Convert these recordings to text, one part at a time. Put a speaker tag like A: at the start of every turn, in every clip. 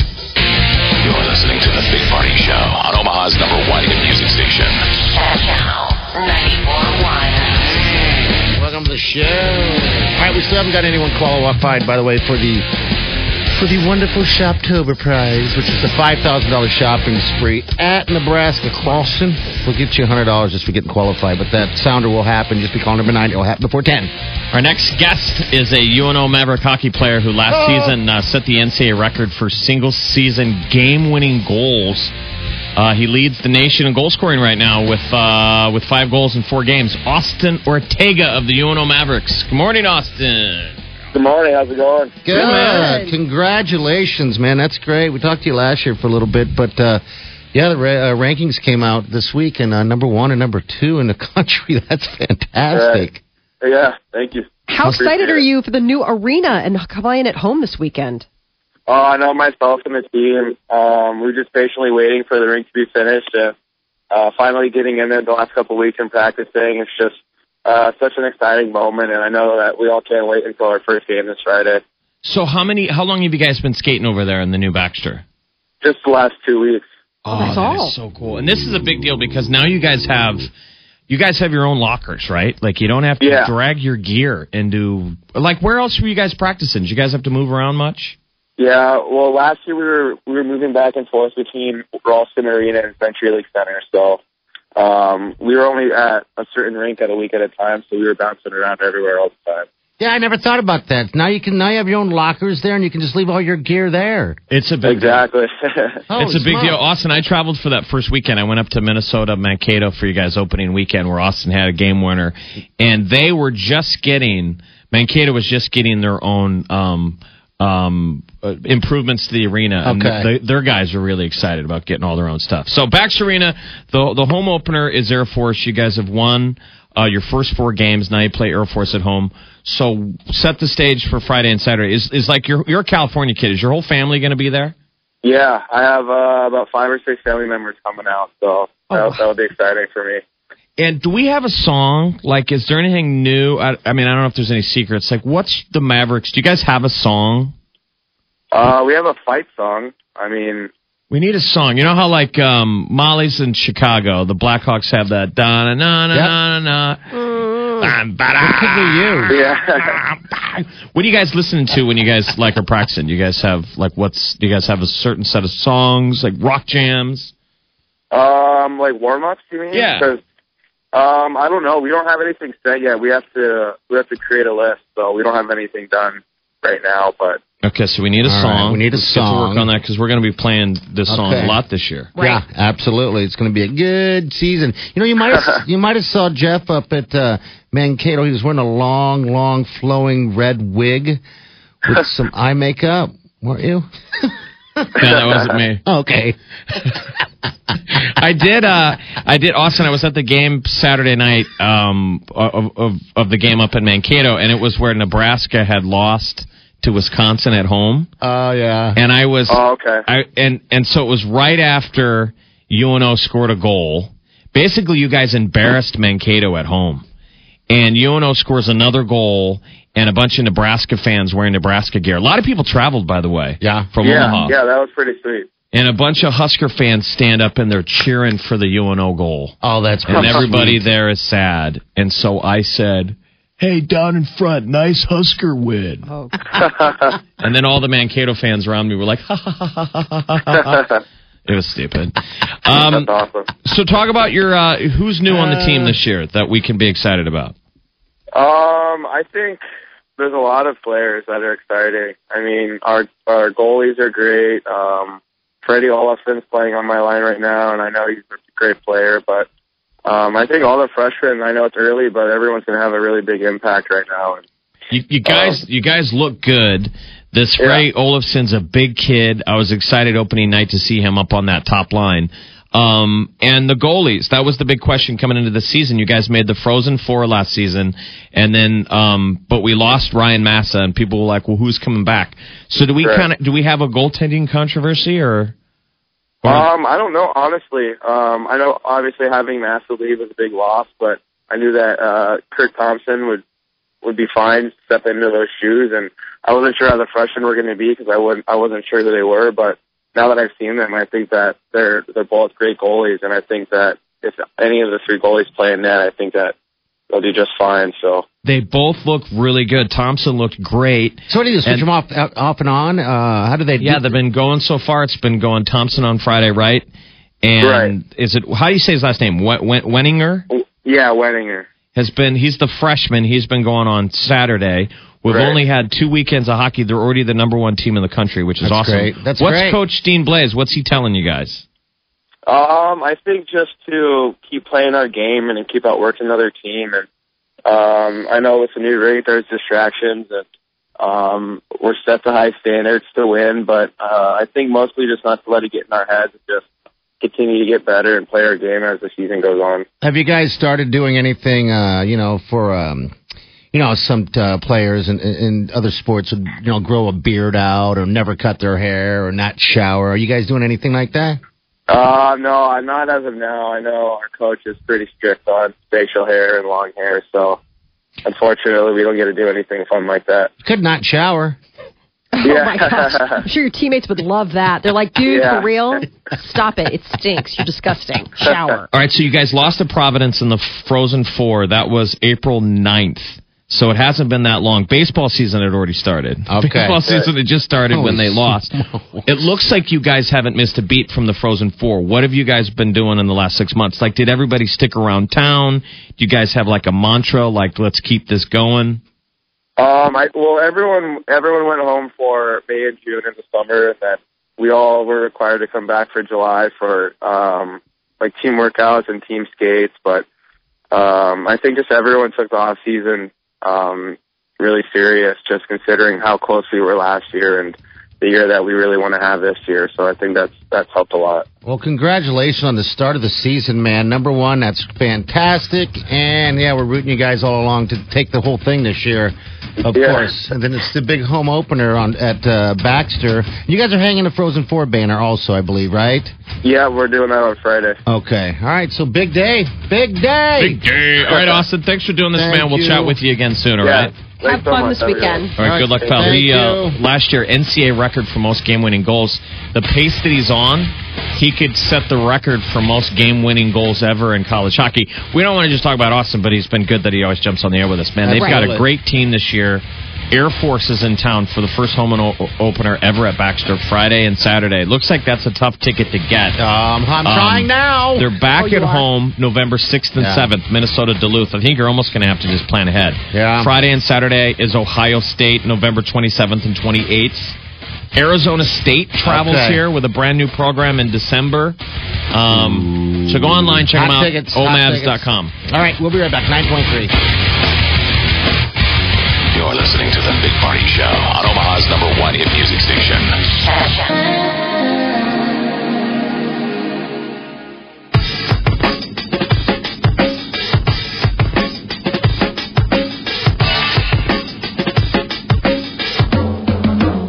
A: You're listening to The Big Party Show on Omaha's number one hit music station.
B: Welcome to the show. All right, we still haven't got anyone qualified, by the way, for the for the wonderful Shoptober prize, which is the five thousand dollar shopping spree at Nebraska Clawson. We'll get you hundred dollars just for getting qualified, but that sounder will happen. Just be calling number nine; it'll happen before ten.
C: Our next guest is a UNO Maverick hockey player who last
B: Oh.
C: season uh, set the NCAA record for single season game winning goals. Uh, he leads the nation in goal scoring right now with uh, with five goals in four games. Austin Ortega of the UNO Mavericks. Good morning, Austin.
D: Good morning. How's it going?
B: Good. Congratulations, man. That's great. We talked to you last year for a little bit, but uh, yeah, the ra- uh, rankings came out this week, and uh, number one and number two in the country. That's fantastic.
D: Yeah, thank you.
E: How excited
D: Appreciate
E: are
D: it.
E: you for the new arena and playing at home this weekend?
D: Oh, I know myself and the team. Um, we we're just patiently waiting for the rink to be finished. Uh, uh, finally getting in there the last couple weeks and practicing. It's just uh, such an exciting moment, and I know that we all can't wait until our first game this Friday.
C: So how many? How long have you guys been skating over there in the new Baxter?
D: Just the last two weeks.
C: Oh,
E: that's
C: that is
E: all.
C: so cool. And this is a big deal because now you guys have you guys have your own lockers, right? Like you don't have to
D: Yeah.
C: drag your gear into like where else were you guys practicing? Did you guys have to move around much?
D: Yeah, well, last year we were we were moving back and forth between Ralston Arena and Century League Center, so um, we were only at a certain rink at a week at a time, so we were bouncing around everywhere all the time.
B: Yeah, I never thought about that. Now you can now you have your own lockers there, and you can just leave all your gear there.
C: It's a big deal.
D: Exactly.
B: Oh,
C: it's a big deal. Austin, I traveled for that first weekend. I went up to Minnesota, Mankato for you guys opening weekend where Austin had a game winner. And they were just getting, Mankato was just getting their own um, um, uh, improvements to the arena. And
B: Okay.
C: th- their guys are really excited about getting all their own stuff. So, Bax Arena, the, the home opener is Air Force. You guys have won uh, your first four games. Now you play Air Force at home. So, Oh, set the stage for Friday and Saturday. Is, is like your, you're a California kid. Is your whole family going to be there?
D: Yeah, I have uh, about five or six family members coming out, so
C: Oh.
D: that, that'll be exciting for me.
C: And do we have a song? Like, is there anything new? I, I mean, I don't know if there's any secrets. Like, what's the Mavericks? Do you guys have a song?
D: Uh, we have a fight song. I mean,
C: We need a song. You know how like um, Molly's in Chicago, the Blackhawks have that da na na na
B: Yep.
C: na na. Bam,
B: Could
C: ba-da.
B: be you.
D: yeah.
C: What are you guys listening to when you guys like are practicing? You guys have like what's? Do you guys have a certain set of songs like rock jams?
D: um, like warm ups, you mean?
C: Yeah.
D: 'Cause, um, I don't know. We don't have anything set yet. We have to we have to create a list, so we don't have anything done right now. But
C: Okay, so we need a
B: All right,
C: song.
B: we need a
C: Let's Get to
B: song.
C: work on that because we're going to be playing this song
B: Okay.
C: a lot this year.
B: Yeah, absolutely. It's going to be a good season. You know, you might have, you might have saw Jeff up at uh, Mankato. He was wearing a long, long, flowing red wig with some eye makeup. Weren't you?
C: No, that wasn't me.
B: Okay.
C: I did. Uh, I did, Austin. I was at the game Saturday night um, of, of of the game up in Mankato, and it was where Nebraska had lost to Wisconsin at home,
B: Oh yeah.
C: and I was.
D: oh, okay.
C: I and and so it was right after UNO scored a goal. Basically, you guys embarrassed Mankato at home, and UNO scores another goal, and a bunch of Nebraska fans wearing Nebraska gear. A lot of people traveled, by the way.
B: Yeah.
C: from
D: yeah,
C: Omaha.
D: yeah, that was pretty sweet.
C: And a bunch of Husker fans stand up and they're cheering for the UNO goal.
B: Oh, that's
C: And
B: pretty
C: everybody
B: sweet.
C: there is sad. And so I said, Hey, down in front, nice Husker win.
E: Oh,
C: And then all the Mankato fans around me were like, ha ha ha ha ha ha, ha. It was stupid. Uh, Um,
D: That's awesome.
C: so talk about your uh, who's new on the team this year that we can be excited about.
D: Um, I think there's a lot of players that are exciting. I mean, our our goalies are great. Um, Freddie Olafson's playing on my line right now, and I know he's a great player, but Um, I think all the freshmen. I know it's early, but everyone's going to have a really big impact right now. And
C: You, you guys, you guys look good. This Ray Olafson's a big kid. I was excited opening night to see him up on that top line. Um, and the goalies, that was the big question coming into the season. You guys made the Frozen Four last season, and then, um, but we lost Ryan Massa, and people were like, "Well, who's coming back?" So do we
D: Correct.
C: kind of do we have a goaltending controversy or? or-
D: Um, I don't know, honestly. Um, I know obviously having Massa leave was a big loss, but I knew that uh, Kirk Thompson would would be fine to step into those shoes, and I wasn't sure how the freshmen were going to be because I wasn't I wasn't sure who they were. But now that I've seen them, I think that they're they're both great goalies, and I think that if any of the three goalies play in net, I think that they'll do just fine. So
C: they both look really good. Thompson looked great.
B: So what do you switch
C: And-
B: them off out- off and on? Uh, how do they?
C: Yeah,
B: do,
C: they've been going so far. It's been going Thompson on Friday, right? And
D: Right.
C: is it how do you say his last name? We- We- Wenninger
D: w- yeah, Wenninger.
C: has been. He's the freshman. He's been going on Saturday. We've
D: Right.
C: only had two weekends of hockey. They're already the number one team in the country, which is
B: That's
C: awesome.
B: great. That's
C: What's
B: great.
C: Coach Dean Blaze? What's he telling you guys?
D: Um, I think just to keep playing our game and keep outworking another team. And um, I know with the new rate, there's distractions, and um, we're set to high standards to win. But uh, I think mostly just not to let it get in our heads, and just continue to get better and play our game as the season goes on.
B: Have you guys started doing anything? Uh, you know, for um, you know, some uh, players in, in- in other sports would you know grow a beard out or never cut their hair or not shower. Are you guys doing anything like that?
D: Uh, no, I'm not as of now. I know our coach is pretty strict on facial hair and long hair, so unfortunately, we don't get to do anything fun like that.
B: Could not shower.
E: Oh my gosh. I'm sure your teammates would love that. They're like, dude,
D: Yeah.
E: for real? Stop it. It stinks. You're disgusting. Shower.
C: All right, so you guys lost to Providence in the Frozen Four. That was April 9th. So it hasn't been that long. Baseball season had already started.
B: Okay. Uh,
C: Baseball season had just started when
B: Holy
C: they lost. It looks like you guys haven't missed a beat from the Frozen Four. What have you guys been doing in the last six months? Like, did everybody stick around town? Do you guys have like a mantra, like, let's keep this going?
D: Um, I well, everyone everyone went home for May and June in the summer, and then we all were required to come back for July for um like team workouts and team skates. But um, I think just everyone took the off season um really serious, just considering how close we were last year and the year that we really want to have this year. So I think that's that's helped a lot.
B: Well, congratulations on the start of the season, man. Number one, that's fantastic, and yeah, we're rooting you guys all along to take the whole thing this year, of
D: Yeah.
B: course. And then it's the big home opener on at uh, Baxter. You guys are hanging a Frozen Four banner, also, I believe, right?
D: Yeah, we're doing that on Friday.
B: Okay, all right. So big day, big day.
C: All right, Austin, thanks for doing this,
B: Thank
C: man. We'll
B: you.
C: chat with you again soon, all
D: yeah,
C: right?
D: thanks
E: Have
D: so
E: fun
D: much,
E: this
D: everyone.
E: weekend.
C: All right,
B: All
C: good
B: right,
C: luck, pal.
B: thank
C: He, uh,
B: you.
C: last year, NCAA record for most game-winning goals. The pace that he's on, he could set the record for most game-winning goals ever in college hockey. We don't want to just talk about Austin, but he's been good that he always jumps on the air with us. Man, they've got a
B: Absolutely.
C: great team this year. Air Force is in town for the first home and o- opener ever at Baxter Friday and Saturday. Looks like that's a tough ticket to get.
B: Um, I'm
C: Um,
B: trying now.
C: They're back
E: Oh, you
C: at
E: are?
C: home November 6th and
B: Yeah.
C: 7th, Minnesota Duluth. I think you're almost going to have to just plan ahead.
B: Yeah.
C: Friday and Saturday is Ohio State, November 27th and 28th. Arizona State travels
B: Okay.
C: here with a brand new program in December. Um, so go online, check
B: Hot
C: them out.
B: tickets, hot
C: omavs.com.
B: All right, we'll be right back. Nine point three.
A: You're listening to The Big Party Show on Omaha's number one hit music station.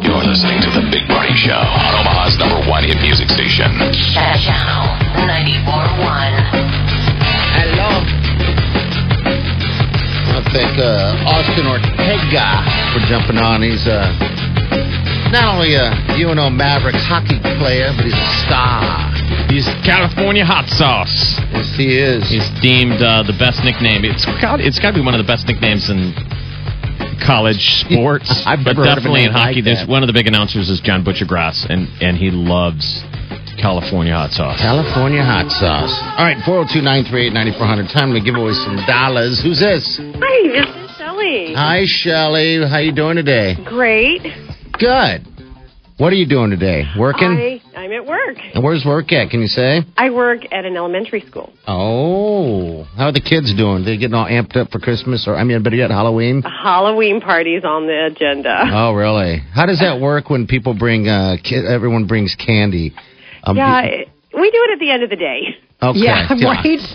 A: You're listening to The Big Party Show on Omaha's number one hit music station.
F: Channel 94.1.
B: I thank uh, Austin Ortega for jumping on. He's uh, not only a UNO Mavericks hockey player, but he's a star.
C: He's California Hot Sauce.
B: Yes, he is.
C: He's deemed uh, the best nickname. It's got it's got to be one of the best nicknames in college sports,
B: I've
C: but
B: never heard of a
C: definitely
B: name
C: in hockey.
B: like
C: there's
B: that.
C: one of the big announcers is John Butchergrass, and and he loves California hot sauce.
B: California hot sauce. All right, 402 938 Time to give away some dollars. Who's this?
G: Hi, this is Shelly.
B: Hi, Shelly. How you doing today?
G: Great.
B: Good. What are you doing today? Working?
G: I, I'm at work.
B: And where's work at? Can you say?
G: I work at an elementary school.
B: Oh, How are the kids doing? They getting all amped up for Christmas, or I mean, better yet, Halloween.
G: Halloween parties on the agenda.
B: Oh, really? How does that work when people bring uh, ki- everyone brings candy? Um,
G: yeah,
B: you-
G: it- Uh, we do it at the end of the day.
B: Okay.
E: Yeah, right.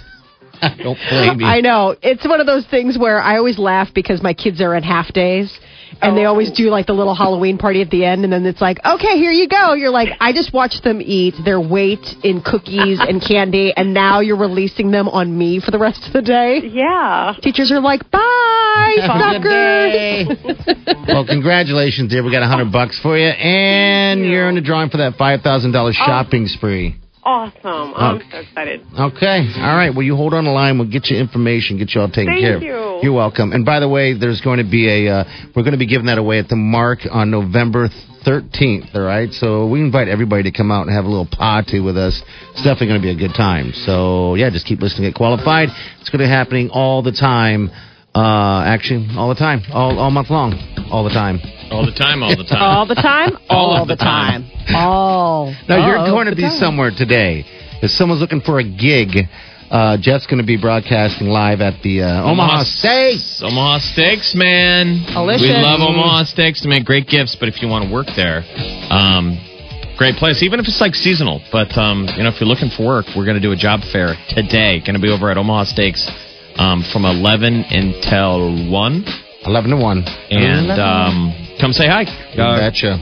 B: Don't blame you.
E: I know. It's one of those things where I always laugh because my kids are at half days. And they always do like the little Halloween party at the end, and then it's like, okay, here you go. You're like, I just watched them eat their weight in cookies and candy, and now you're releasing them on me for the rest of the day.
G: Yeah.
E: Teachers are like, bye,
B: Have a good day.
E: suckers.
B: well, congratulations, dear. We got a hundred bucks for you, and you. are in the drawing for that five thousand dollars shopping spree.
G: Awesome. I'm
B: Okay.
G: so excited.
B: Okay. All right. Well, you hold on the line. We'll get you information, get you all taken
G: Thank
B: care of.
G: you.
B: You're welcome. And by the way, there's going to be a, uh, we're going to be giving that away at the mark on November 13th, all right? So we invite everybody to come out and have a little party with us. It's definitely going to be a good time. So, yeah, just keep listening. Get qualified. It's going to be happening all the time. Uh, actually, all the time. All, all month long. All the time.
C: All the time, all the time.
E: All the time?
C: All of the time.
E: All.
B: Now you're
E: all
B: going to
E: the
B: be
E: time.
B: somewhere today. If someone's looking for a gig, uh, Jeff's going to be broadcasting live at the uh, Omaha Steak.
C: Omaha Steaks, man.
E: Delicious.
C: We love Omaha Steaks to make great gifts, but if you want to work there, um, great place, even if it's like seasonal. But, um, you know, if you're looking for work, we're going to do a job fair today. Going to be over at Omaha Steaks um, from 11 until 1.
B: Eleven to one.
C: And um, come say hi. Uh,
B: gotcha.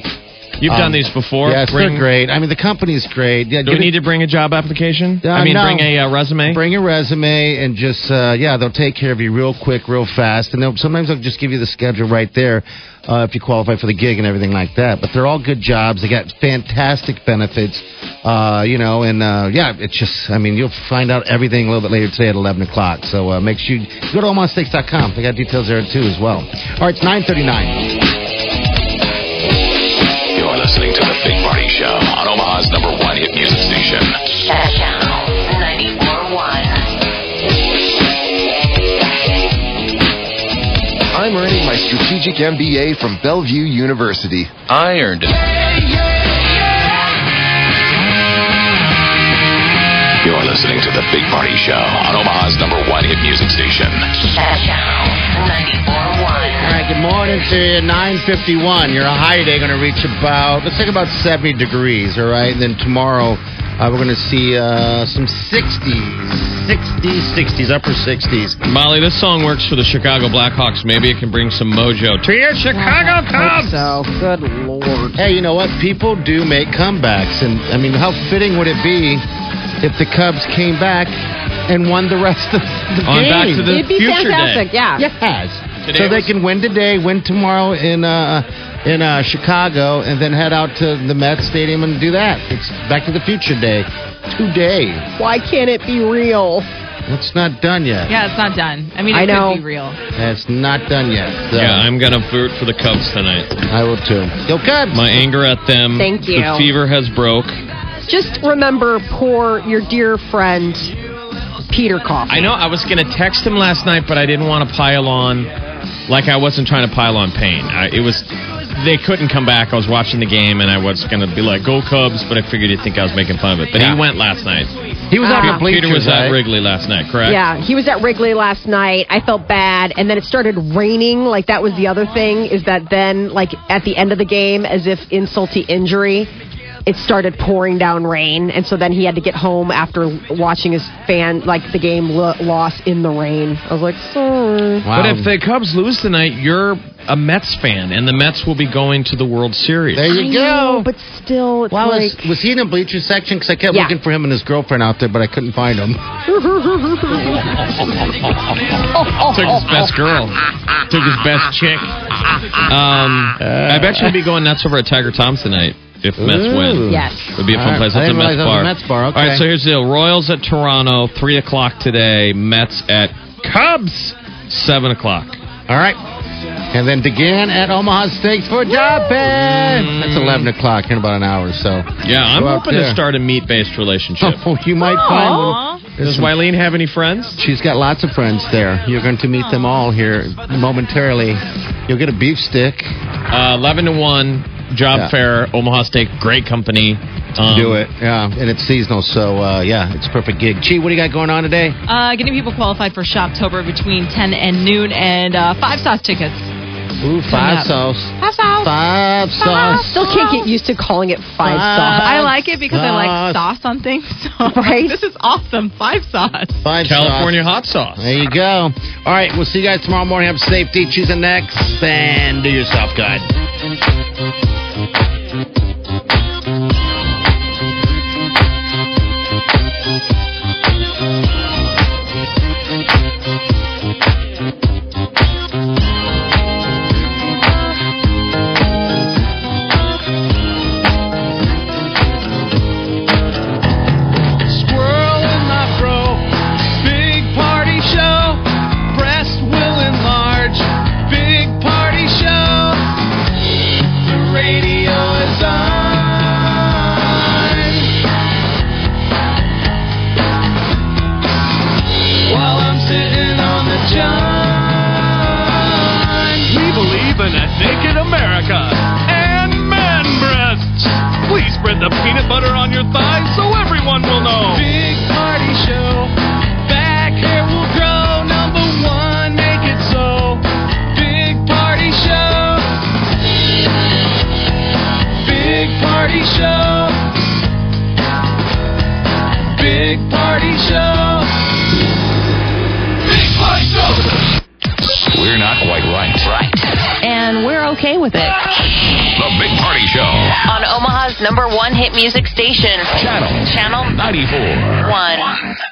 C: you've
B: um,
C: done these before.
B: yes,
C: Bring-
B: they're great. I mean, the company's great. Yeah,
C: Do we need to bring a job application?
B: Uh,
C: I mean,
B: no.
C: bring a uh, resume?
B: bring a resume and just uh, yeah, they'll take care of you real quick, real fast, and they'll sometimes they'll just give you the schedule right there uh, if you qualify for the gig and everything like that. But they're all good jobs. They got fantastic benefits, uh, you know, and uh, yeah, it's just I mean you'll find out everything a little bit later today at eleven o'clock. So uh, make sure you go to omahasteaks.com. They got details there too as well. All right, it's nine thirty nine.
A: You're listening to The Big Party Show on Omaha's number one hit music station.
F: That channel 94.1.
H: I'm earning my strategic MBA from Bellevue University.
A: I earned it. You're listening to The Big Party Show on Omaha's number one hit music station.
F: That channel
B: All
F: 94.1.
B: right, good morning to you. 951. Your high today going to reach about, let's think about 70 degrees, all right? And then tomorrow uh, we're going to see uh, some 60s, 60s, 60s, upper 60s.
C: Molly, this song works for the Chicago Blackhawks. Maybe it can bring some mojo to your Chicago Cubs.
E: So, good lord.
B: Hey, you know what? People do make comebacks. And, I mean, how fitting would it be if the Cubs came back and won the rest of the
C: On
B: game?
C: back to the
E: It'd be
C: future
E: fantastic,
C: day.
E: yeah.
B: Yes.
C: Today
B: so they
C: was-
B: can win today, win tomorrow in uh, in uh, Chicago, and then head out to the Mets Stadium and do that. It's Back to the Future Day today.
E: Why can't it be real?
B: It's not done yet.
I: Yeah, it's not done. I mean, it
E: I know.
I: could be real.
B: It's not done yet. So
C: Yeah, I'm gonna root for the Cubs tonight.
B: I will too. Go Cubs!
C: My anger at them.
E: Thank you.
C: The fever has broke.
E: Just remember poor, your dear friend, Peter Coffin.
C: I know I was gonna text him last night, but I didn't want to pile on. Like I wasn't trying to pile on pain. I, it was they couldn't come back. I was watching the game, and I was gonna be like, "Go Cubs!" But I figured you'd think I was making fun of it. But
B: Yeah.
C: he went last night. Uh,
B: he was on
E: Ah.
B: the bleachers.
C: Peter was
B: right?
C: at Wrigley last night, correct?
E: Yeah, he was at Wrigley last night. I felt bad, and then it started raining. Like that was the other thing is that then, like at the end of the game, as if insult to injury, it started pouring down rain, and so then he had to get home after watching his fan like the game lo- loss in the rain. I was like, sorry.
B: Wow.
C: But if the Cubs lose tonight, you're a Mets fan, and the Mets will be going to the World Series.
B: there you
E: I
B: go.
E: know, but still, it's
B: Wow, was,
E: like.
B: was he in the bleachers section? Because I kept
E: Yeah.
B: looking for him and his girlfriend out there, but I couldn't find him.
C: Took his best girl. Took his best chick. Um, I bet you'll be going nuts over at Tiger Tom's tonight if Mets
B: Uh, Ooh.
C: win.
E: Yes.
C: Would be a
B: All
C: fun
B: right.
C: place.
B: I
C: That's a
B: didn't realize
C: Mets
B: that was
C: bar.
B: a Mets bar.
C: All
B: Okay.
C: right, so here's the deal. Royals at Toronto, 3 o'clock today. Mets at Cubs, 7 o'clock.
B: All right. And then DeGan at Omaha Steaks for job fair. That's 11 o'clock in about an hour or so.
C: Yeah, I'm
B: Go out
C: hoping
B: there.
C: to start a meat-based relationship.
B: Oh, you might find.
I: Aw.
C: Does
B: There's one-
C: Wileen have any friends?
B: She's got lots of friends there. You're going to meet them all here momentarily. You'll get a beef stick.
C: Uh, 11 to 1, job
B: Yeah.
C: fair, Omaha Steak, great company. Um,
B: to do it. Yeah, and it's seasonal, so uh, yeah, it's a perfect gig. Chi, what do you got going on today?
I: Uh, getting people qualified for Shoptober between 10 and noon, and uh, five sauce tickets.
B: Ooh, five
I: up.
B: sauce.
I: Five sauce.
B: Five sauce.
E: Still can't get used to calling it five sauce.
I: Uh, I like it because I like sauce on things. So I'm like,
E: Right.
I: This is awesome. Five sauce.
B: Five
C: California
B: sauce.
C: hot sauce.
B: There you go. All right, we'll see you guys tomorrow morning. Have safety. Choose the next and do yourself good.
C: Squirrel in my fro. Big party show. Breast will enlarge. Big party show. The radio is on. While I'm sitting on the john. We believe in a naked America and man breasts. Please spread the peanut butter on your thighs so everyone will know. Big party show. Back hair will grow. Number one, make it so. Big party show. Big party show. Big party show.
A: Big Party Show. We're not quite right. Right.
I: And we're okay with it.
A: The Big Party Show.
F: On Omaha's number one hit music station,
A: Channel
F: Channel
A: 94.
F: 1.